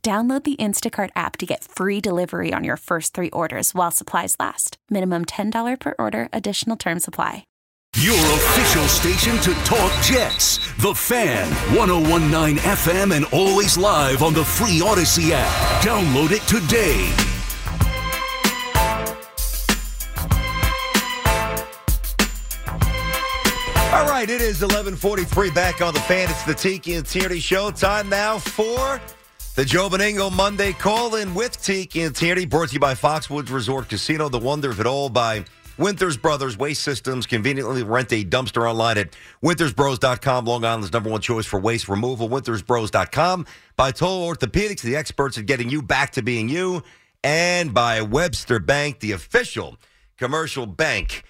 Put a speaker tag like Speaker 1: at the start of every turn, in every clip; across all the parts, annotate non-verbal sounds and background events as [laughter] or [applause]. Speaker 1: Download the Instacart app to get free delivery on your first three orders while supplies last. Minimum $10 per order, additional term supply.
Speaker 2: Your official station to talk Jets. The Fan, 1019 FM, and always live on the free Odyssey app. Download it today.
Speaker 3: All right, it is 11:43 back on the fan. It's the Tiki and Tierney show. Time now for the Joe Beningo Monday call-in with Tiki and Tierney, brought to you by Foxwoods Resort Casino, the wonder of it all by Winters Brothers Waste Systems. Conveniently rent a dumpster online at wintersbros.com, Long Island's number one choice for waste removal, wintersbros.com, by Toll Orthopedics, the experts at getting you back to being you, and by Webster Bank, the official commercial bank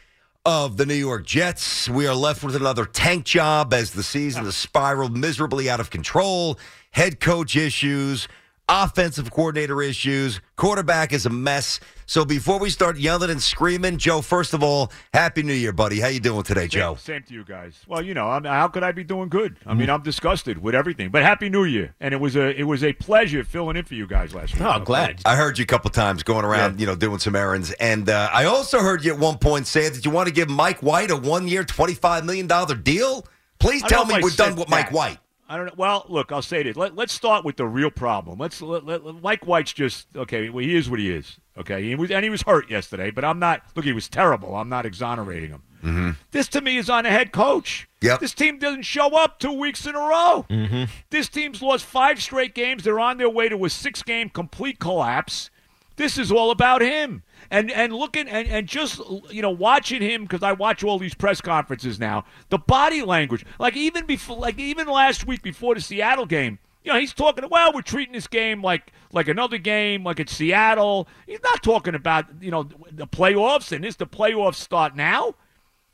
Speaker 3: of the New York Jets. We are left with another tank job as the season has spiraled miserably out of control. Head coach issues, offensive coordinator issues, quarterback is a mess. So before we start yelling and screaming, Joe, first of all, happy New Year, buddy. How you doing today,
Speaker 4: Same-
Speaker 3: Joe?
Speaker 4: Same to you guys. Well, you know, I'm, how could I be doing good? I mean, I'm disgusted with everything. But Happy New Year, and it was a it was a pleasure filling in for you guys last week.
Speaker 5: Oh, glad.
Speaker 3: I heard you a couple times going around, you know, doing some errands, and uh, I also heard you at one point say that you want to give Mike White a one-year, twenty-five million dollar deal. Please
Speaker 4: I
Speaker 3: tell
Speaker 4: don't know
Speaker 3: me
Speaker 4: if I
Speaker 3: we're done
Speaker 4: said
Speaker 3: with Mike
Speaker 4: that.
Speaker 3: White.
Speaker 4: I don't know. Well, look, I'll say this. Let, let's start with the real problem. Let's let, let, let- Mike White's just okay. Well, he is what he is. Okay, he was and he was hurt yesterday, but I'm not. Look, he was terrible. I'm not exonerating him. This to me is on the head coach.
Speaker 3: Mm-hmm. Yep. Mm-hmm.
Speaker 4: This team doesn't show up two weeks in a row. This team's lost five straight games. They're on their way to a six game complete collapse. This is all about him. And and looking and, and just you know watching him because I watch all these press conferences now. The body language, like even before, like even last week before the Seattle game, you know he's talking. Well, we're treating this game like like another game, like it's Seattle. He's not talking about you know the playoffs and is the playoffs start now?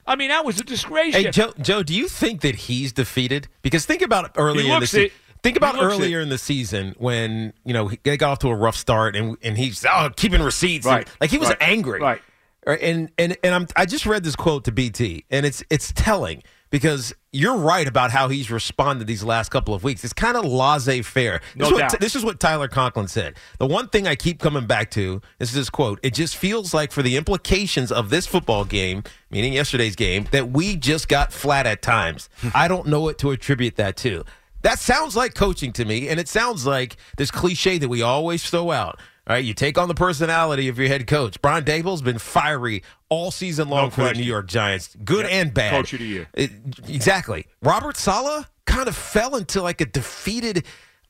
Speaker 4: I mean that was a disgrace.
Speaker 5: Hey, Joe, Joe, do you think that he's defeated? Because think about earlier in the
Speaker 4: looks
Speaker 5: se-
Speaker 4: it.
Speaker 5: Think
Speaker 4: He
Speaker 5: about
Speaker 4: looks
Speaker 5: earlier
Speaker 4: it.
Speaker 5: in the season when you know he- they got off to a rough start and and he's oh keeping receipts and-
Speaker 4: Right.
Speaker 5: like he was
Speaker 4: Right.
Speaker 5: angry
Speaker 4: Right.
Speaker 5: Right, and and and I'm I just read this quote to BT and it's it's telling because you're right about how he's responded these last couple of weeks. It's kind of laissez faire.
Speaker 4: No
Speaker 5: this, is what-
Speaker 4: doubt.
Speaker 5: this is what Tyler Conklin said. The one thing I keep coming back to this is this quote. It just feels like for the implications of this football game, meaning yesterday's game, that we just got flat at times. I don't know what to attribute that to. That sounds like coaching to me, and it sounds like this cliche that we always throw out. All right, you take on the personality of your head coach. Brian Dable's been fiery all season long for the
Speaker 4: question.
Speaker 5: New York Giants, good and bad.
Speaker 4: Coach of the year.
Speaker 5: It- exactly. Robert Sala kind of fell into like a defeated.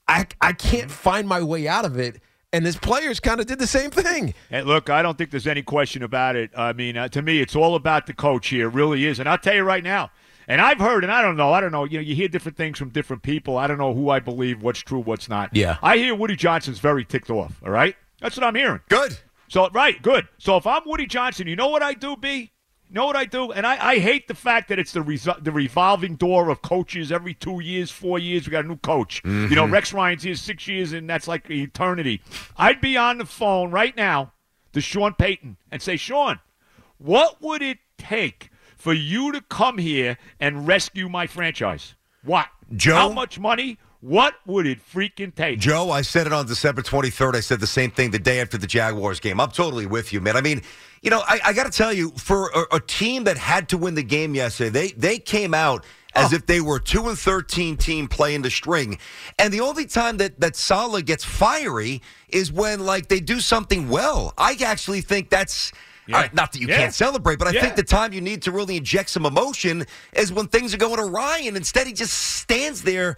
Speaker 5: I I can't find my way out of it, and his players kind of did the same thing.
Speaker 4: And look, I don't think there's any question about it. I mean, uh, to me, it's all about the coach here. It really is. And I'll tell you right now. And I've heard, and I don't know, I don't know. You know, you hear different things from different people. I don't know who I believe, what's true, what's not.
Speaker 5: Yeah.
Speaker 4: I hear Woody Johnson's very ticked off. All right, that's what I'm hearing.
Speaker 3: Good.
Speaker 4: So right, good. So if I'm Woody Johnson, you know what I do, B? know what I do? And I, I hate the fact that it's the resol- the revolving door of coaches. Every two years, four years, we got a new coach. You know, Rex Ryan's here six years, and that's like eternity. I'd be on the phone right now to Sean Payton and say, Sean, what would it take for you to come here and rescue my franchise? What?
Speaker 3: Joe?
Speaker 4: How much money? What would it freaking take?
Speaker 3: Joe, I said it on December 23rd. I said the same thing the day after the Jaguars game. I'm totally with you, man. I mean, you know, I, I got to tell you, for a, a team that had to win the game yesterday, they they came out as
Speaker 4: Oh.
Speaker 3: if they were a two and 13 team playing the string. And the only time that that Salah gets fiery is when like they do something well. I actually think that's.
Speaker 4: Yeah.
Speaker 3: uh, not that you
Speaker 4: Yeah.
Speaker 3: can't celebrate, but I
Speaker 4: Yeah.
Speaker 3: think the time you need to really inject some emotion is when things are going awry, and instead he just stands there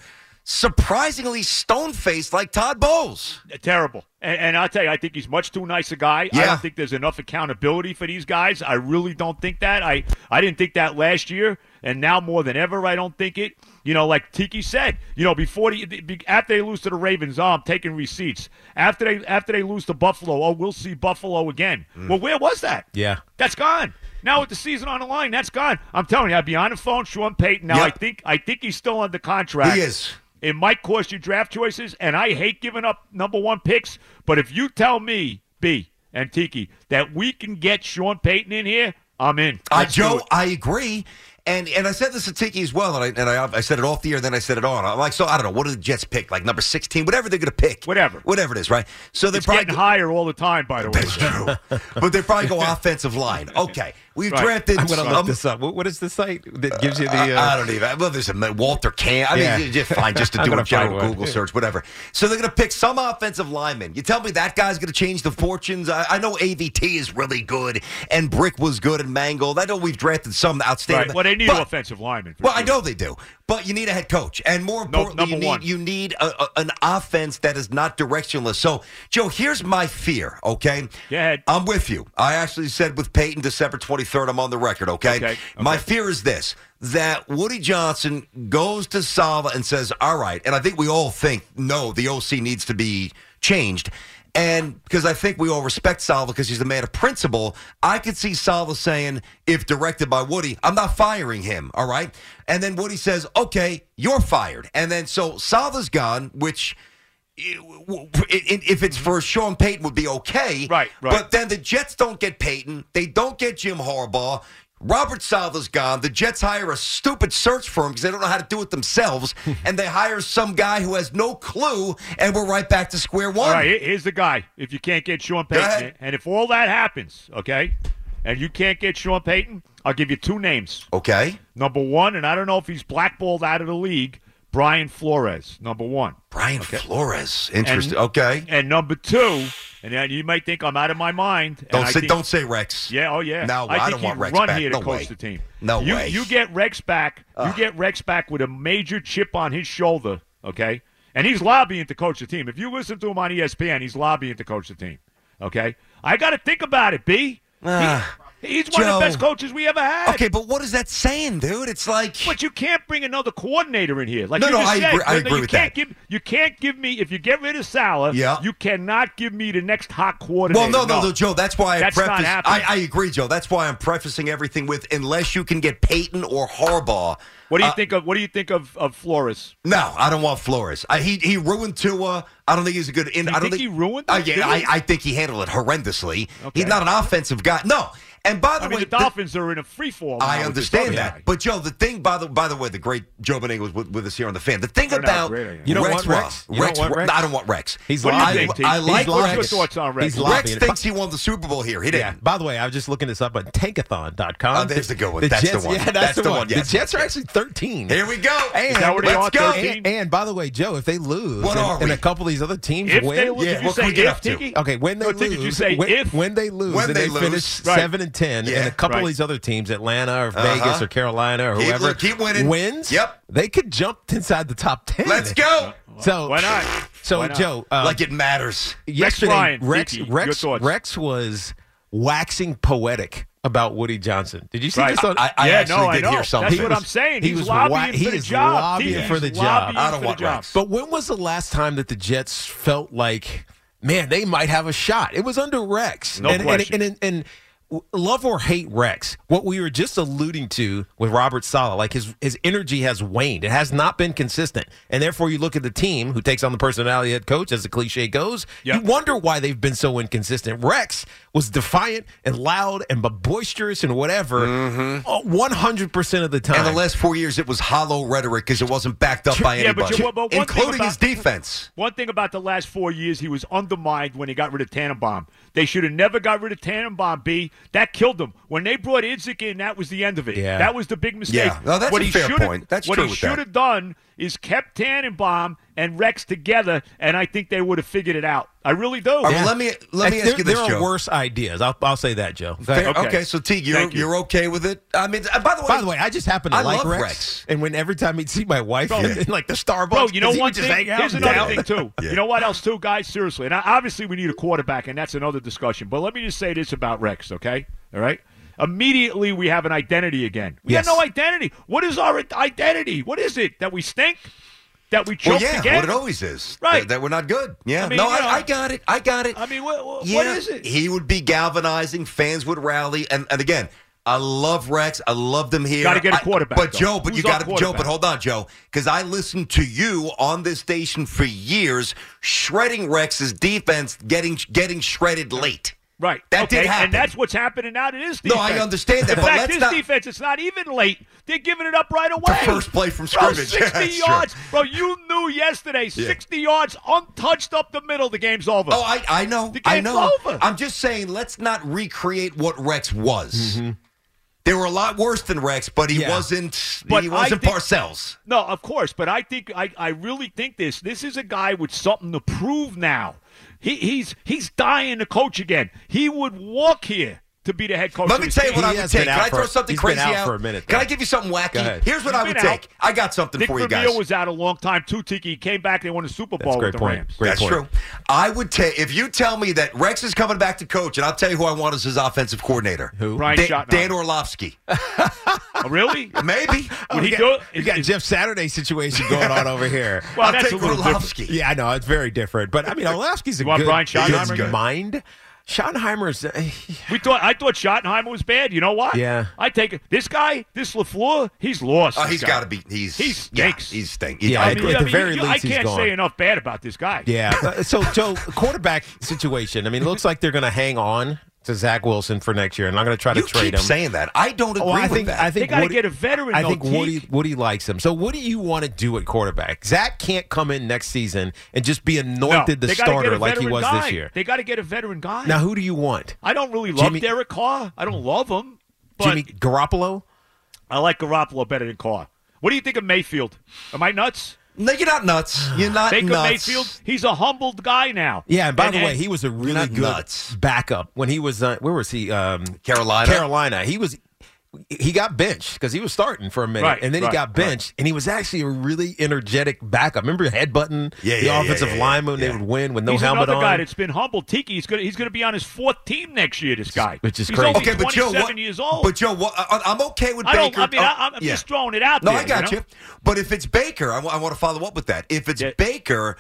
Speaker 3: surprisingly stone faced like Todd Bowles.
Speaker 4: terrible. And, and I'll tell you, I think he's much too nice a guy. I
Speaker 3: Yeah.
Speaker 4: don't think there's enough accountability for these guys. I really don't think that. I, I didn't think that last year, and now more than ever, I don't think it. You know, like Tiki said, you know, before the, be- after they lose to the Ravens, oh, I'm taking receipts. After they after they lose to Buffalo, oh, we'll see Buffalo again. Well, where was that?
Speaker 5: Yeah.
Speaker 4: That's gone. Now with the season on the line, that's gone. I'm telling you, I'd be on the phone, Sean Payton. Now
Speaker 3: Yeah.
Speaker 4: I think I think he's still under contract.
Speaker 3: He is.
Speaker 4: It might cost you draft choices, and I hate giving up number one picks. But if you tell me, B and Tiki, that we can get Sean Payton in here, I'm in.
Speaker 3: Uh,
Speaker 4: Let's do
Speaker 3: Joe,
Speaker 4: it.
Speaker 3: I agree. And and I said this to Tiki as well, and I and I, I said it off the air, then I said it on. I'm like, so I don't know, what do the Jets pick? Like number sixteen, whatever they're gonna pick.
Speaker 4: Whatever.
Speaker 3: Whatever it is, right? So they're
Speaker 4: it's
Speaker 3: probably
Speaker 4: getting higher all the time, by the
Speaker 3: [laughs]
Speaker 4: way.
Speaker 3: That's true. but they probably
Speaker 4: [laughs]
Speaker 3: go offensive line. Okay. We've
Speaker 4: Right.
Speaker 3: drafted
Speaker 5: I'm going to
Speaker 3: some-
Speaker 5: look this up. What, what is the site that gives you the? Uh,
Speaker 3: I, I don't even. Well, there's a Walter Can. I
Speaker 5: Yeah.
Speaker 3: mean, you just fine just to
Speaker 4: [laughs]
Speaker 5: I'm
Speaker 3: do a
Speaker 5: gonna find
Speaker 3: general
Speaker 5: one.
Speaker 3: Google search, whatever. So they're going to pick some offensive lineman. You tell me that guy's going to change the fortunes. I, I know AVT is really good, and Brick was good, and Mangold. I know we've drafted some outstanding.
Speaker 4: Right. Well, they need
Speaker 3: but-
Speaker 4: offensive linemen. for
Speaker 3: Well, I
Speaker 4: sure.
Speaker 3: know they do, but you need a head coach, and more importantly,
Speaker 4: number
Speaker 3: you need
Speaker 4: one.
Speaker 3: you need a, a- an offense that is not directionless. So, Joe, here's my fear. Okay,
Speaker 4: Go ahead.
Speaker 3: I'm with you. I actually said with Peyton December 23rd. I'm on the record. Okay,
Speaker 4: Okay,
Speaker 3: my fear is this: that Woody Johnson goes to Sala and says, "All right," and I think we all think, "No, the OC needs to be changed." And because I think we all respect Sala because he's a man of principle, I could see Sala saying, if directed by Woody, I'm not firing him, all right? And then Woody says, okay, you're fired. And then so Sala's gone, which it- if it's for Sean Payton would be okay.
Speaker 4: Right, right.
Speaker 3: But then the Jets don't get Payton. They don't get Jim Harbaugh. Robert Sala's gone. The Jets hire a stupid search firm because they don't know how to do it themselves,
Speaker 4: [laughs]
Speaker 3: and they hire some guy who has no clue, and we're right back to square one.
Speaker 4: All right, here- here's the guy. If you can't get Sean Payton,
Speaker 3: ahead.
Speaker 4: and if all that happens, okay, and you can't get Sean Payton, I'll give you two names.
Speaker 3: Okay,
Speaker 4: Number one, and I don't know if he's blackballed out of the league, Brian Flores, number one.
Speaker 3: Brian Flores. Interesting.
Speaker 4: And-
Speaker 3: okay,
Speaker 4: And number two, and then you might think I'm out of my mind. and
Speaker 3: don't
Speaker 4: I
Speaker 3: say
Speaker 4: think-
Speaker 3: don't say Rex.
Speaker 4: Yeah, oh yeah.
Speaker 3: No,
Speaker 4: I,
Speaker 3: I
Speaker 4: think
Speaker 3: don't want
Speaker 4: he'd
Speaker 3: Rex
Speaker 4: run
Speaker 3: back.
Speaker 4: here to
Speaker 3: No
Speaker 4: coach
Speaker 3: way.
Speaker 4: the team.
Speaker 3: No
Speaker 4: you,
Speaker 3: way.
Speaker 4: You get Rex back. You get Rex back with a major chip on his shoulder. Okay, and he's lobbying to coach the team. If you listen to him on E ESPN, he's lobbying to coach the team. Okay, I got to think about it, B. He- he's one of
Speaker 3: Ah. Joe.
Speaker 4: the best coaches we ever had.
Speaker 3: Okay, but what is that saying, dude? It's like
Speaker 4: But you can't bring another coordinator in here. Like
Speaker 3: No,
Speaker 4: you
Speaker 3: no,
Speaker 4: just
Speaker 3: I
Speaker 4: said,
Speaker 3: agree- I
Speaker 4: you
Speaker 3: agree
Speaker 4: you
Speaker 3: with that.
Speaker 4: can't Give, you can't give me if you get rid of Salah.
Speaker 3: Yeah.
Speaker 4: You cannot give me the next hot
Speaker 3: Well,
Speaker 4: coordinator.
Speaker 3: no, no, no, Joe. That's why I
Speaker 4: That's not
Speaker 3: preface. I,
Speaker 4: happening.
Speaker 3: I agree, Joe. That's why I'm prefacing everything with unless you can get Peyton or Harbaugh.
Speaker 4: What do you think of What do you think of of Flores?
Speaker 3: No, I don't want Flores. I, he he ruined Tua. I don't think he's a good. In,
Speaker 4: You
Speaker 3: I don't
Speaker 4: think
Speaker 3: think
Speaker 4: he ruined
Speaker 3: Uh,
Speaker 4: it,
Speaker 3: yeah,
Speaker 4: didn't
Speaker 3: I,
Speaker 4: he?
Speaker 3: I think he handled it horrendously.
Speaker 4: Okay.
Speaker 3: He's not an offensive guy. No. And by the
Speaker 4: I mean,
Speaker 3: way,
Speaker 4: the Dolphins are in a free fall.
Speaker 3: I
Speaker 4: now with this
Speaker 3: understand
Speaker 4: other
Speaker 3: that.
Speaker 4: guy.
Speaker 3: But Joe, the thing by the by the way, the great Joe Beningo was with, with us here on the fan. The thing
Speaker 4: Turn out
Speaker 3: about
Speaker 4: great, I am.
Speaker 5: You don't
Speaker 3: Rex
Speaker 5: want Rex?
Speaker 3: Wa-
Speaker 5: You don't want
Speaker 3: Wa-
Speaker 5: Rex?
Speaker 3: I don't want Rex.
Speaker 5: He's
Speaker 4: What do you
Speaker 3: I,
Speaker 4: think, T?
Speaker 3: I like
Speaker 4: He's lying.
Speaker 3: Rex.
Speaker 4: What's your thoughts on Rex?
Speaker 5: He's
Speaker 4: Rex
Speaker 5: lobbying
Speaker 3: Rex
Speaker 5: it.
Speaker 3: thinks he won the Super Bowl here. He
Speaker 5: Yeah.
Speaker 3: didn't.
Speaker 5: By the way, I was just looking this up on tankathon.com.
Speaker 3: Oh, there's the good one.
Speaker 5: The
Speaker 3: That's the
Speaker 5: Jets,
Speaker 3: one.
Speaker 5: Yeah, that's, the, one.
Speaker 3: yes.
Speaker 5: The Jets are actually 13.
Speaker 3: Here we go.
Speaker 5: And,
Speaker 4: that where they
Speaker 3: let's
Speaker 4: are,
Speaker 3: go.
Speaker 4: 13?
Speaker 5: And, and by the way, Joe, if they lose
Speaker 3: What
Speaker 5: and,
Speaker 3: are
Speaker 5: and
Speaker 3: we?
Speaker 5: a couple of these other teams
Speaker 4: if
Speaker 5: win,
Speaker 4: they lose,
Speaker 3: yeah,
Speaker 4: did you
Speaker 3: what
Speaker 4: say
Speaker 3: can we get
Speaker 4: if,
Speaker 3: up to?
Speaker 4: Tiki?
Speaker 5: Okay, when they
Speaker 4: No,
Speaker 5: lose,
Speaker 4: Tiki, did you say
Speaker 5: when,
Speaker 4: if?
Speaker 5: when they lose,
Speaker 3: When
Speaker 5: and
Speaker 3: they
Speaker 5: they,
Speaker 3: lose.
Speaker 5: finish
Speaker 4: Right.
Speaker 5: seven and ten,
Speaker 3: Yeah.
Speaker 5: and a couple
Speaker 4: Right.
Speaker 5: of these other teams, Atlanta or
Speaker 3: Uh-huh.
Speaker 5: Vegas or Carolina or
Speaker 3: Keep-
Speaker 5: whoever,
Speaker 3: keep winning.
Speaker 5: wins.
Speaker 3: Yep.
Speaker 5: they could jump inside the top ten.
Speaker 3: Let's go.
Speaker 5: So
Speaker 4: Why not?
Speaker 5: So
Speaker 4: Why not?
Speaker 5: Joe, um,
Speaker 3: like it matters.
Speaker 5: yesterday,
Speaker 4: Ryan,
Speaker 5: Rex
Speaker 4: Tiki, your
Speaker 5: Rex
Speaker 4: thoughts.
Speaker 5: Rex was waxing poetic about Woody Johnson. Did you see
Speaker 4: Right.
Speaker 5: this? On,
Speaker 3: I- I-
Speaker 4: yeah,
Speaker 3: actually
Speaker 4: no, I
Speaker 3: did
Speaker 4: know.
Speaker 3: hear something.
Speaker 4: That's what
Speaker 3: He
Speaker 4: I'm
Speaker 3: was-
Speaker 4: saying.
Speaker 5: he
Speaker 4: He's
Speaker 5: was
Speaker 4: lobbying
Speaker 5: wa- he
Speaker 4: for the
Speaker 5: is
Speaker 4: job.
Speaker 5: lobbying
Speaker 4: Tiki.
Speaker 5: for the
Speaker 4: He's
Speaker 5: job.
Speaker 4: lobbying
Speaker 3: I don't
Speaker 4: for
Speaker 3: want
Speaker 4: the job.
Speaker 3: Rex.
Speaker 5: but when was the last time that the Jets felt like, man, they might have a shot? It was under Rex.
Speaker 4: No
Speaker 5: and, and-
Speaker 4: question.
Speaker 5: And, and, and love or hate Rex, what we were just alluding to with Robert Sala, like his his energy has waned. It has not been consistent, and therefore you look at the team who takes on the personality head coach, as the cliche goes.
Speaker 4: Yep.
Speaker 5: You wonder why they've been so inconsistent. Rex was defiant and loud and boisterous and whatever,
Speaker 4: Mm-hmm.
Speaker 5: uh, one hundred percent of the time.
Speaker 3: And the last four years, it was hollow rhetoric because it wasn't backed up by
Speaker 4: Yeah, but
Speaker 3: anybody,
Speaker 4: you- but one thing
Speaker 3: including
Speaker 4: about-
Speaker 3: his defense.
Speaker 4: One thing about the last four years, he was undermined when he got rid of Tannenbaum. They should have never got rid of Tannenbaum. B that killed him. When they brought Idzik in, that was the end of it.
Speaker 5: Yeah.
Speaker 4: That was the big mistake.
Speaker 3: Yeah. No, that's
Speaker 4: what
Speaker 3: a
Speaker 4: he
Speaker 3: fair
Speaker 4: should have-
Speaker 3: point. That's
Speaker 4: what
Speaker 3: true
Speaker 4: he
Speaker 3: with
Speaker 4: should
Speaker 3: that.
Speaker 4: have done is kept Tannenbaum and Rex together, and I think they would have figured it out. I really do.
Speaker 3: All right, well, let me let me
Speaker 5: there,
Speaker 3: ask you this,
Speaker 5: there
Speaker 3: Joe.
Speaker 5: are worse ideas. I'll, I'll say that, Joe.
Speaker 3: Fair- okay.
Speaker 4: Okay.
Speaker 3: so Teague, you're,
Speaker 4: Thank you.
Speaker 3: you. are okay with it? I mean, uh, by the way,
Speaker 5: By the way, I just happen to
Speaker 3: I
Speaker 5: like
Speaker 3: love
Speaker 5: Rex,
Speaker 3: Rex.
Speaker 5: and when every time he'd see my wife in, in, like the Starbucks,
Speaker 4: Bro, you know
Speaker 5: 'cause he
Speaker 4: one
Speaker 5: would just
Speaker 4: thing.
Speaker 5: hang out
Speaker 4: Here's
Speaker 5: and
Speaker 4: another
Speaker 5: down.
Speaker 4: thing too. You know what else too, guys? Seriously, and I- obviously we need a quarterback, and that's another discussion. But let me just say this about Rex, okay? All right. Immediately we have an identity again. We
Speaker 5: Yes.
Speaker 4: got no identity. What is our identity? What is it that we stink? That we
Speaker 3: well,
Speaker 4: choked
Speaker 3: yeah,
Speaker 4: again?
Speaker 3: what it always is,
Speaker 4: Right.
Speaker 3: That, that we're not good. Yeah,
Speaker 4: I mean,
Speaker 3: no,
Speaker 4: you know.
Speaker 3: I, I got it. I got it.
Speaker 4: I mean, what, what,
Speaker 3: yeah,
Speaker 4: what is it?
Speaker 3: He would be galvanizing. Fans would rally, and, and again, I love Rex. I loved him here.
Speaker 4: Gotta get a
Speaker 3: I-
Speaker 4: quarterback,
Speaker 3: but
Speaker 4: though.
Speaker 3: Joe, but
Speaker 4: Who's
Speaker 3: you got
Speaker 4: our
Speaker 3: to Joe.
Speaker 4: quarterback?
Speaker 3: But hold on, Joe, because I listened to you on this station for years, shredding Rex's defense, getting getting shredded late.
Speaker 4: Right.
Speaker 3: That
Speaker 4: okay.
Speaker 3: did happen.
Speaker 4: And that's what's happening now to this
Speaker 3: No,
Speaker 4: defense.
Speaker 3: I understand that,
Speaker 4: In
Speaker 3: but
Speaker 4: fact,
Speaker 3: let's
Speaker 4: this
Speaker 3: not-
Speaker 4: defense, it's not even late. They're giving it up right away.
Speaker 3: first play from
Speaker 4: Bro,
Speaker 3: scrimmage. [laughs]
Speaker 4: 60
Speaker 3: That's true.
Speaker 4: yards. Bro, you knew yesterday, 60 yards untouched up the middle, the game's over.
Speaker 3: Oh, I, I know.
Speaker 4: The
Speaker 3: I
Speaker 4: game's
Speaker 3: know.
Speaker 4: over.
Speaker 3: I'm just saying, let's not recreate what Rex was. They were a lot worse than Rex, but he
Speaker 5: Yeah.
Speaker 3: wasn't.
Speaker 4: But
Speaker 3: he
Speaker 4: I
Speaker 3: wasn't
Speaker 4: think-
Speaker 3: Parcells.
Speaker 4: No, of course, but I think I, I really think this. This is a guy with something to prove now. He, he's he's dying to coach again. He would walk here to be the head coach.
Speaker 3: Let
Speaker 4: of
Speaker 3: me
Speaker 4: this
Speaker 3: tell you
Speaker 4: team.
Speaker 3: what I
Speaker 5: He
Speaker 3: would
Speaker 5: has
Speaker 3: take.
Speaker 5: been
Speaker 3: Can
Speaker 5: out
Speaker 3: I
Speaker 5: for-
Speaker 3: throw something
Speaker 5: he's been
Speaker 3: crazy
Speaker 5: out for a minute,
Speaker 3: Can
Speaker 5: though.
Speaker 3: I give you something wacky?
Speaker 5: Go ahead.
Speaker 3: Here's what
Speaker 4: He's
Speaker 3: I would
Speaker 4: been out.
Speaker 3: take. I got something
Speaker 4: Nick
Speaker 3: for you
Speaker 4: Vermeil
Speaker 3: guys.
Speaker 4: was out a long time too. Tiki he came back. They won a Super Bowl
Speaker 5: a great
Speaker 4: with the
Speaker 5: point.
Speaker 4: Rams.
Speaker 5: Great
Speaker 3: That's
Speaker 5: point.
Speaker 3: true. I would take if you tell me that Rex is coming back to coach, and I'll tell you who I want as his offensive coordinator. Who?
Speaker 4: Brian
Speaker 3: Dan,
Speaker 4: Schottenheimer.
Speaker 3: Dan Orlovsky.
Speaker 4: Oh,
Speaker 3: [laughs]
Speaker 4: really?
Speaker 3: Maybe.
Speaker 4: Would he
Speaker 5: got-
Speaker 4: do it?
Speaker 5: You
Speaker 4: Is-
Speaker 5: Oh, got
Speaker 4: is-
Speaker 5: Jeff Saturday situation going on over here.
Speaker 4: [laughs] Well,
Speaker 3: I'll
Speaker 4: that's
Speaker 3: take
Speaker 4: a little different.
Speaker 3: Orlovsky.
Speaker 5: yeah, I know it's very different, but I mean, Olafsky's a
Speaker 4: You want
Speaker 5: good,
Speaker 4: Brian
Speaker 3: Schottenheimer?
Speaker 5: good mind. Schottenheimer's
Speaker 3: uh,
Speaker 4: We thought I thought Schottenheimer was bad. You know what?
Speaker 5: Yeah.
Speaker 4: I take it. This guy, this Lafleur, he's lost.
Speaker 3: Oh,
Speaker 4: this
Speaker 3: he's
Speaker 4: guy.
Speaker 3: got to be. He's
Speaker 4: He
Speaker 3: yeah,
Speaker 4: stinks.
Speaker 3: he's stink.
Speaker 5: Yeah,
Speaker 3: I
Speaker 5: I
Speaker 4: I mean,
Speaker 5: At
Speaker 4: I
Speaker 5: the
Speaker 4: mean,
Speaker 5: very
Speaker 4: you-
Speaker 5: least,
Speaker 4: I
Speaker 5: he's
Speaker 4: can't
Speaker 5: gone.
Speaker 4: say enough bad about this guy.
Speaker 5: yeah. Uh, So Joe, quarterback situation. I mean, it looks like they're going to hang on to Zach Wilson for next year, and I'm going to try to
Speaker 3: You
Speaker 5: trade
Speaker 3: keep
Speaker 5: him.
Speaker 3: saying that. I don't agree
Speaker 5: Oh, I
Speaker 3: with
Speaker 5: think
Speaker 3: that.
Speaker 5: I think
Speaker 4: They gotta
Speaker 5: Woody-
Speaker 4: get a [laughs] veteran,
Speaker 5: I
Speaker 4: though,
Speaker 5: think Woody
Speaker 4: Teak.
Speaker 5: Woody likes him. So what do you want to do at quarterback? Zach can't come in next season and just be
Speaker 4: No,
Speaker 5: anointed the
Speaker 4: they gotta get
Speaker 5: starter
Speaker 4: a
Speaker 5: like he
Speaker 4: veteran
Speaker 5: was
Speaker 4: guy.
Speaker 5: this year.
Speaker 4: They got to get a veteran guy.
Speaker 5: Now who do you want?
Speaker 4: I don't really love
Speaker 5: Jimmy-
Speaker 4: Derek Carr. I don't love him, but
Speaker 5: Jimmy Garoppolo?
Speaker 4: I like Garoppolo better than Carr. What do you think of Mayfield? Am I nuts?
Speaker 3: No, you're not nuts. You're not
Speaker 4: Baker
Speaker 3: nuts.
Speaker 4: Mayfield, he's a humbled guy now.
Speaker 5: Yeah, and by the
Speaker 4: and-
Speaker 5: way, he was a really
Speaker 3: not
Speaker 5: good
Speaker 3: nuts.
Speaker 5: backup when he was uh, where was he? Um,
Speaker 3: Carolina.
Speaker 5: Carolina. He was he got benched because he was starting for a minute,
Speaker 4: Right,
Speaker 5: and then he
Speaker 4: right,
Speaker 5: got
Speaker 4: right.
Speaker 5: benched, and he was actually a really energetic backup. Remember headbutting
Speaker 3: Yeah,
Speaker 5: the
Speaker 3: yeah, yeah,
Speaker 5: offensive
Speaker 3: yeah, yeah,
Speaker 5: lineman? They
Speaker 3: yeah.
Speaker 5: would win with no
Speaker 4: he's
Speaker 5: helmet
Speaker 4: another
Speaker 5: on.
Speaker 4: guy that's been humbled. Tiki, he's going to he's going to be on his fourth team next year. This guy,
Speaker 5: Which is
Speaker 4: he's
Speaker 5: crazy.
Speaker 4: Only
Speaker 3: Okay, but Joe,
Speaker 4: 27
Speaker 3: what,
Speaker 4: years old.
Speaker 3: But Joe, what, I, I'm okay with
Speaker 4: I don't.
Speaker 3: Baker.
Speaker 4: I mean,
Speaker 3: Oh,
Speaker 4: I, I'm
Speaker 3: yeah.
Speaker 4: just throwing it out
Speaker 3: No,
Speaker 4: there.
Speaker 3: I got
Speaker 4: know?
Speaker 3: you. But if it's Baker, I want to follow up with that. If it's
Speaker 4: Yeah.
Speaker 3: Baker,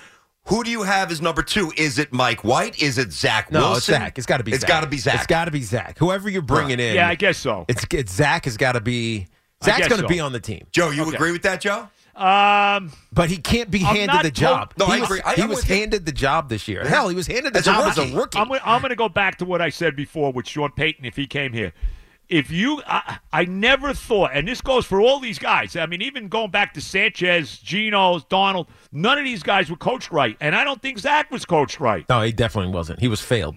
Speaker 3: who do you have as number two? Is it Mike White? Is it Zach
Speaker 5: No,
Speaker 3: Wilson?
Speaker 5: it's Zach. It's got to be.
Speaker 3: It's
Speaker 5: Zach.
Speaker 3: got to be Zach.
Speaker 5: It's got to be Zach. Whoever you're bringing in.
Speaker 4: Yeah, I guess so.
Speaker 5: It's, it's Zach has got to be.
Speaker 4: I
Speaker 5: Zach's
Speaker 4: guess
Speaker 5: going to
Speaker 4: so.
Speaker 5: be on the team,
Speaker 3: Joe, you agree with that, Joe?
Speaker 4: Um,
Speaker 5: but he can't be
Speaker 4: I'm
Speaker 5: handed
Speaker 4: not
Speaker 5: the job.
Speaker 3: No,
Speaker 5: he
Speaker 3: I
Speaker 5: was,
Speaker 3: agree. I
Speaker 5: he
Speaker 3: am
Speaker 5: was
Speaker 3: with you.
Speaker 5: handed the job this year. Hell, he was handed the
Speaker 3: As a
Speaker 5: job as a
Speaker 3: rookie.
Speaker 5: rookie.
Speaker 4: I'm gonna, I'm going to go back to what I said before with Sean Payton if he came here. If you, I, I never thought, and this goes for all these guys. I mean, even going back to Sanchez, Gino, Donald, none of these guys were coached right, and I don't think Zach was coached right.
Speaker 5: no, he definitely wasn't. He was failed.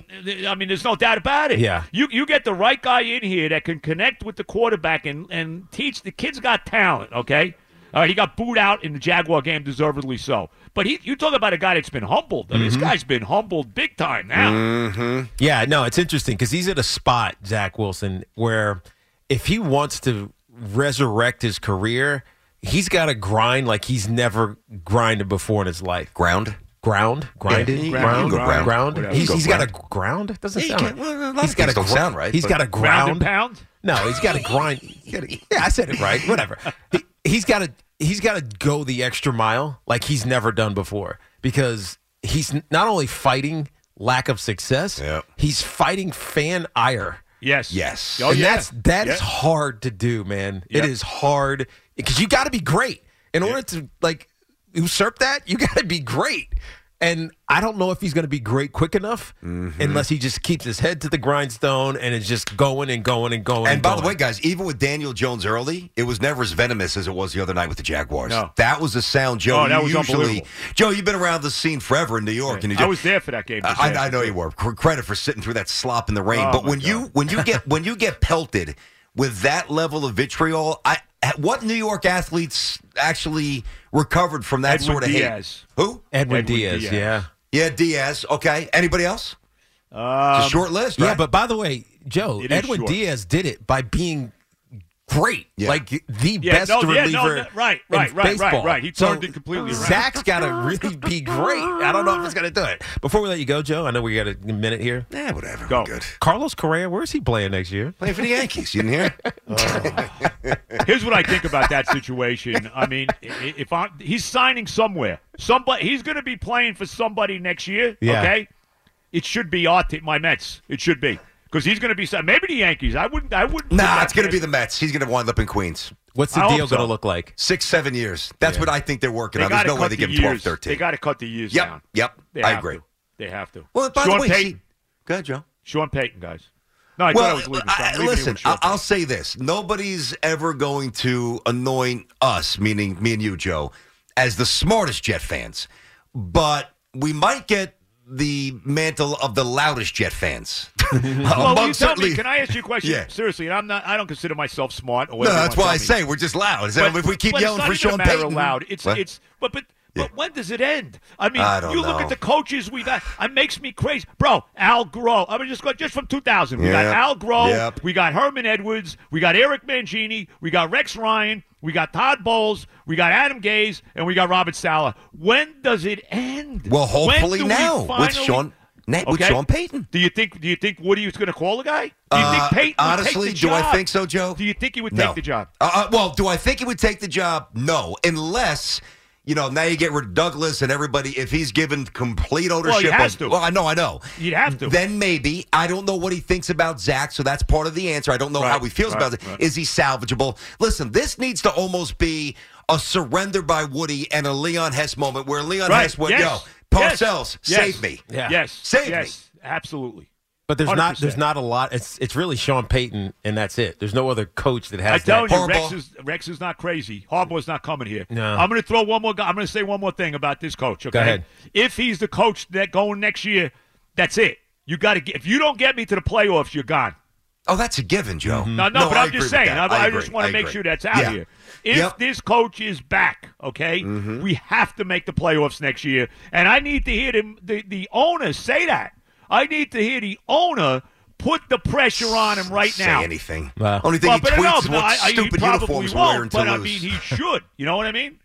Speaker 4: I mean, there's no doubt about it.
Speaker 5: Yeah.
Speaker 4: you you get the right guy in here that can connect with the quarterback and and teach the kid's got talent. Okay, all right, he got booed out in the Jaguar game, deservedly so. But he, you talk about a guy that's been humbled. I mean,
Speaker 3: Mm-hmm.
Speaker 4: This guy's been humbled big time now.
Speaker 5: Yeah, no, it's interesting because he's at a spot, Zach Wilson, where if he wants to resurrect his career, he's got to grind like he's never grinded before in his life.
Speaker 3: Ground.
Speaker 5: Ground, grinded,
Speaker 3: you can
Speaker 5: ground,
Speaker 3: go
Speaker 5: ground,
Speaker 3: ground.
Speaker 4: Whatever.
Speaker 5: He's,
Speaker 3: You can go
Speaker 5: he's got a ground. It doesn't
Speaker 3: Yeah, you
Speaker 5: sound.
Speaker 3: can't- well, a lot
Speaker 5: right.
Speaker 3: of
Speaker 5: He's got a
Speaker 3: things don't
Speaker 5: gr-
Speaker 3: sound right,
Speaker 5: He's
Speaker 3: but-
Speaker 5: got a
Speaker 4: Round
Speaker 3: Mm-hmm.
Speaker 4: and
Speaker 5: ground.
Speaker 4: pound.
Speaker 5: No, he's got to grind. he's gotta- yeah, I said it right. Whatever. He, he's got to he's got to go the extra mile like he's never done before because he's n- not only fighting lack of success,
Speaker 3: Yep.
Speaker 5: he's fighting fan ire.
Speaker 4: Yes.
Speaker 3: Yes.
Speaker 4: Oh,
Speaker 5: and
Speaker 4: yeah.
Speaker 5: that's that is
Speaker 4: Yeah.
Speaker 5: hard to do, man.
Speaker 4: Yep.
Speaker 5: It is hard because you got to be great in order to like usurp that. You got to be great, and I don't know if he's going to be great quick enough unless he just keeps his head to the grindstone and is just going and going and going.
Speaker 3: And by the
Speaker 5: going.
Speaker 3: way, guys, even with Daniel Jones early, it was never as venomous as it was the other night with the Jaguars.
Speaker 4: No.
Speaker 3: That was a sound, Joe.
Speaker 4: Oh, that
Speaker 3: you
Speaker 4: was
Speaker 3: usually,
Speaker 4: unbelievable.
Speaker 3: Joe, you've been around the scene forever in New York. And New
Speaker 4: I
Speaker 3: Jer-
Speaker 4: was there for that game.
Speaker 3: Uh, I, I know you were. C- Credit for sitting through that slop in the rain.
Speaker 4: Oh,
Speaker 3: but
Speaker 4: my
Speaker 3: when you when you get when you get pelted with that level of vitriol, I at what New York athletes actually recovered from that
Speaker 4: Edwin
Speaker 3: sort of
Speaker 4: Diaz.
Speaker 3: hate? Who?
Speaker 5: Edwin,
Speaker 4: Edwin
Speaker 5: Diaz,
Speaker 4: Diaz.
Speaker 5: yeah.
Speaker 3: Yeah, Diaz. Okay. Anybody else?
Speaker 4: Uh,
Speaker 3: It's a short list,
Speaker 5: Yeah,
Speaker 3: right?
Speaker 5: but by the way, Joe,
Speaker 4: It is
Speaker 5: Edwin
Speaker 4: short.
Speaker 5: Diaz did it by being great,
Speaker 3: Yeah.
Speaker 5: like the
Speaker 4: Yeah,
Speaker 5: best
Speaker 4: no, yeah,
Speaker 5: reliever.
Speaker 4: no, no, right,
Speaker 5: in
Speaker 4: right, right, right,
Speaker 5: baseball.
Speaker 4: right. He turned it completely around.
Speaker 5: Zach's got to really be great. I don't know if it's going to do it. Before we let you go, Joe, I know we got a minute here.
Speaker 3: yeah, whatever.
Speaker 4: Go.
Speaker 3: We're Good.
Speaker 5: Carlos Correa, where is he playing next year?
Speaker 3: Playing for the Yankees. You didn't hear?
Speaker 4: Here's what I think about that situation. I mean, i- i- if I he's signing somewhere, somebody he's going to be playing for somebody next year.
Speaker 5: Yeah.
Speaker 4: Okay, it should be our team, my Mets. It should be because he's going to be si- maybe the Yankees. I wouldn't. I wouldn't. put
Speaker 3: nah,
Speaker 4: that
Speaker 3: it's going to
Speaker 4: past-
Speaker 3: be the Mets. He's going to wind up in Queens.
Speaker 5: What's the
Speaker 4: I hope
Speaker 5: deal going to
Speaker 4: so.
Speaker 5: look like?
Speaker 3: Six, seven years. That's what I think they're working
Speaker 4: They
Speaker 3: on. There's
Speaker 4: gotta
Speaker 3: no way
Speaker 4: cut
Speaker 3: they
Speaker 4: the
Speaker 3: give him 12,
Speaker 4: years. They
Speaker 3: 13.
Speaker 4: got to cut the years
Speaker 3: Yep,
Speaker 4: down.
Speaker 3: yep,
Speaker 4: They
Speaker 3: I
Speaker 4: have
Speaker 3: agree.
Speaker 4: to. They have to.
Speaker 3: Well, by
Speaker 4: Sean
Speaker 3: the way,
Speaker 4: Payton.
Speaker 3: she, go ahead, Joe.
Speaker 4: Sean Payton, guys. No, I thought I
Speaker 3: Well,
Speaker 4: was leaving.
Speaker 3: I-
Speaker 4: so I'm leaving you
Speaker 3: listen,
Speaker 4: with Sean
Speaker 3: I-
Speaker 4: Payton.
Speaker 3: I'll say this: nobody's ever going to anoint us, meaning me and you, Joe, as the smartest Jet fans, but we might get the mantle of the loudest Jet fans.
Speaker 4: [laughs]
Speaker 3: [laughs]
Speaker 4: Well, will
Speaker 3: Among
Speaker 4: you tell
Speaker 3: certainly-
Speaker 4: me? Can I ask you a question?
Speaker 3: Yeah.
Speaker 4: Seriously, and I'm not. I don't consider myself smart. Or
Speaker 3: No,
Speaker 4: whatever you
Speaker 3: that's
Speaker 4: wanna
Speaker 3: why I
Speaker 4: tell me.
Speaker 3: say we're just loud. So if we keep
Speaker 4: but
Speaker 3: yelling for
Speaker 4: it's not even a
Speaker 3: Sean
Speaker 4: matter of
Speaker 3: Payton,
Speaker 4: loud. It's
Speaker 3: What?
Speaker 4: it's but but but when does it end? I mean,
Speaker 3: I don't
Speaker 4: you look
Speaker 3: know.
Speaker 4: at the coaches we've had. It makes me crazy, bro. Al Groh. I mean, just go, just from 2000, we
Speaker 3: Yep.
Speaker 4: got Al Groh.
Speaker 3: Yep.
Speaker 4: We got Herman Edwards. We got Eric Mangini. We got Rex Ryan. We got Todd Bowles. We got Adam Gaze, and we got Robert Sala. When does it end?
Speaker 3: well,
Speaker 4: When
Speaker 3: hopefully
Speaker 4: do we
Speaker 3: now with
Speaker 4: finally-
Speaker 3: Sean na- with
Speaker 4: Okay.
Speaker 3: Sean Payton.
Speaker 4: Do you think? Do you think Woody is going to call the guy? Do you
Speaker 3: Uh,
Speaker 4: think Payton? would take
Speaker 3: honestly,
Speaker 4: the
Speaker 3: do I
Speaker 4: job?
Speaker 3: think so, Joe?
Speaker 4: Do you think he would
Speaker 3: no.
Speaker 4: take the job?
Speaker 3: Uh, uh, well, do I think he would take the job? No, unless you know now you get rid of Douglas and everybody. If he's given complete ownership,
Speaker 4: he has
Speaker 3: of-
Speaker 4: to.
Speaker 3: Well, I know, I know.
Speaker 4: You'd have to.
Speaker 3: Then maybe I don't know what he thinks about Zach, so that's part of the answer. I don't know how
Speaker 4: Right,
Speaker 3: he feels
Speaker 4: right,
Speaker 3: about it. Is
Speaker 4: right.
Speaker 3: he salvageable? Listen, this needs to almost be a surrender by Woody and a Leon Hess moment where Leon
Speaker 4: Right.
Speaker 3: Hess went,
Speaker 4: Yes.
Speaker 3: "Yo,
Speaker 4: Yes.
Speaker 3: Parcells,
Speaker 4: Yes.
Speaker 3: save me."
Speaker 5: Yeah.
Speaker 4: Yes.
Speaker 3: Save me.
Speaker 4: yes, Absolutely.
Speaker 5: But there's not
Speaker 4: 100%.
Speaker 5: there's not a lot. It's it's really Sean Payton, and that's it. There's no other coach that has.
Speaker 4: I tell
Speaker 5: that.
Speaker 4: you,
Speaker 3: Harbaugh.
Speaker 4: Rex is Rex is not crazy. Harbaugh's not coming here.
Speaker 5: No.
Speaker 4: I'm going to throw one more. guy. I'm going to say one more thing about this coach. Okay.
Speaker 5: ahead.
Speaker 4: If he's the coach that going next year, that's it. You got to get. If you don't get me to the playoffs, you're gone.
Speaker 3: Oh, that's a given, Joe.
Speaker 4: No, no, but
Speaker 3: I
Speaker 4: I'm
Speaker 3: agree with
Speaker 4: just saying.
Speaker 3: that.
Speaker 4: I, I
Speaker 3: agree.
Speaker 4: just want
Speaker 3: I
Speaker 4: to make
Speaker 3: agree.
Speaker 4: sure that's out
Speaker 3: Yeah.
Speaker 4: here. If
Speaker 3: Yep. Mm-hmm.
Speaker 4: this coach is back, okay, we have to make the playoffs next year, and I need to hear the, the the owner say that. I need to hear the owner put the pressure on him right
Speaker 3: say
Speaker 4: now.
Speaker 3: anything.
Speaker 5: Wow.
Speaker 3: Only thing
Speaker 4: Well,
Speaker 3: he
Speaker 4: but
Speaker 3: tweets
Speaker 4: no,
Speaker 3: is
Speaker 4: but
Speaker 3: what
Speaker 4: I- I- he
Speaker 3: stupid
Speaker 4: probably
Speaker 3: uniforms we're
Speaker 4: won't,
Speaker 3: wearing to
Speaker 4: But I
Speaker 3: lose.
Speaker 4: mean, he should. You know what I mean?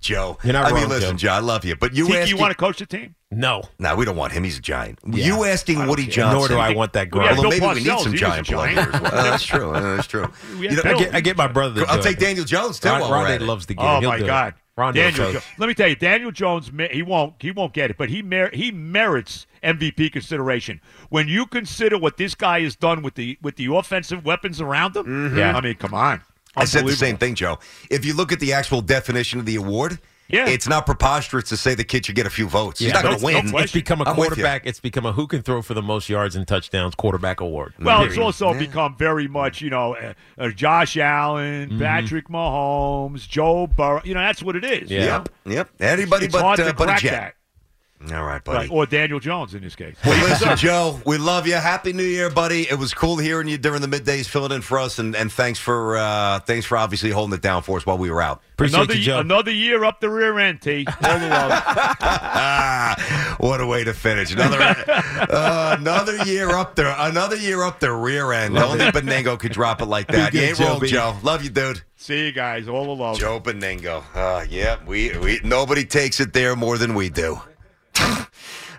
Speaker 3: Joe,
Speaker 5: You're not
Speaker 3: I mean,
Speaker 5: wrong,
Speaker 3: listen,
Speaker 5: Joe.
Speaker 3: Joe, I love you, but [laughs] you
Speaker 4: Tiki,
Speaker 3: asking,
Speaker 4: you want to coach the team?
Speaker 5: no,
Speaker 3: No, we don't want him. He's a giant.
Speaker 5: Yeah.
Speaker 3: You asking Woody Johnson?
Speaker 5: nor do I want that
Speaker 4: Yeah,
Speaker 5: grind.
Speaker 3: Although
Speaker 4: Bill
Speaker 3: maybe we need
Speaker 4: Parcells,
Speaker 3: some
Speaker 4: he was
Speaker 3: giant
Speaker 4: a giant.
Speaker 3: blood. Uh, that's true. Uh, that's true. You
Speaker 4: We
Speaker 3: know,
Speaker 4: had
Speaker 5: I
Speaker 4: Bill.
Speaker 5: get I get my brother. To
Speaker 3: I'll
Speaker 5: do
Speaker 3: take
Speaker 5: it.
Speaker 3: Daniel Jones too.
Speaker 5: Ron,
Speaker 3: while
Speaker 5: Ron
Speaker 3: we're at it.
Speaker 5: loves the game.
Speaker 4: Oh
Speaker 5: He'll
Speaker 4: my
Speaker 5: do it.
Speaker 4: God,
Speaker 5: Rondo
Speaker 4: Daniel.
Speaker 5: coach.
Speaker 4: Jo- Let me tell you, Daniel Jones. mer- He won't. He won't get it, but he mer- he merits MVP consideration. When you consider what this guy has done with the with the offensive weapons around him,
Speaker 5: Yeah.
Speaker 4: I mean, come on.
Speaker 3: I said the
Speaker 4: Unbelievable.
Speaker 3: same thing, Joe. If you look at the actual definition of the award,
Speaker 4: Yeah.
Speaker 3: it's not preposterous to say the kid should get a few votes. He's
Speaker 5: Yeah.
Speaker 3: not going to
Speaker 4: Don't-
Speaker 3: win.
Speaker 4: don't
Speaker 5: It's become a
Speaker 3: I'm with you.
Speaker 5: quarterback. It's become a who can throw for the most yards and touchdowns quarterback award.
Speaker 4: Well, it's
Speaker 5: Period.
Speaker 4: also become very much, you know, uh, uh, Josh Allen, Patrick Mahomes, Joe Burrow. You know, that's what it is.
Speaker 5: Yeah.
Speaker 4: you know?
Speaker 3: Yep, yep. Anybody
Speaker 4: it's hard
Speaker 3: but
Speaker 4: to
Speaker 3: uh, but a
Speaker 4: crack
Speaker 3: jet.
Speaker 4: that.
Speaker 3: All right, buddy.
Speaker 4: Right. Or Daniel Jones in this case.
Speaker 3: [laughs] Well, listen, Joe, we love you. Happy New Year, buddy. It was cool hearing you during the middays, filling in for us, and, and thanks for uh, thanks for obviously holding it down for us while we were out.
Speaker 5: Appreciate
Speaker 4: another,
Speaker 5: you, Joe.
Speaker 4: another year up the rear end, T. All the love.
Speaker 3: Ah, what a way to finish another uh, another year up there, another year up the rear end. Only Benengo could drop it like that.
Speaker 5: Be
Speaker 3: You
Speaker 5: good,
Speaker 3: ain't wrong,
Speaker 5: Joe B.
Speaker 3: Joe. Love you, dude.
Speaker 4: See you guys. All the love.
Speaker 3: Joe Benengo. Uh, yeah, we, we nobody takes it there more than we do. [laughs]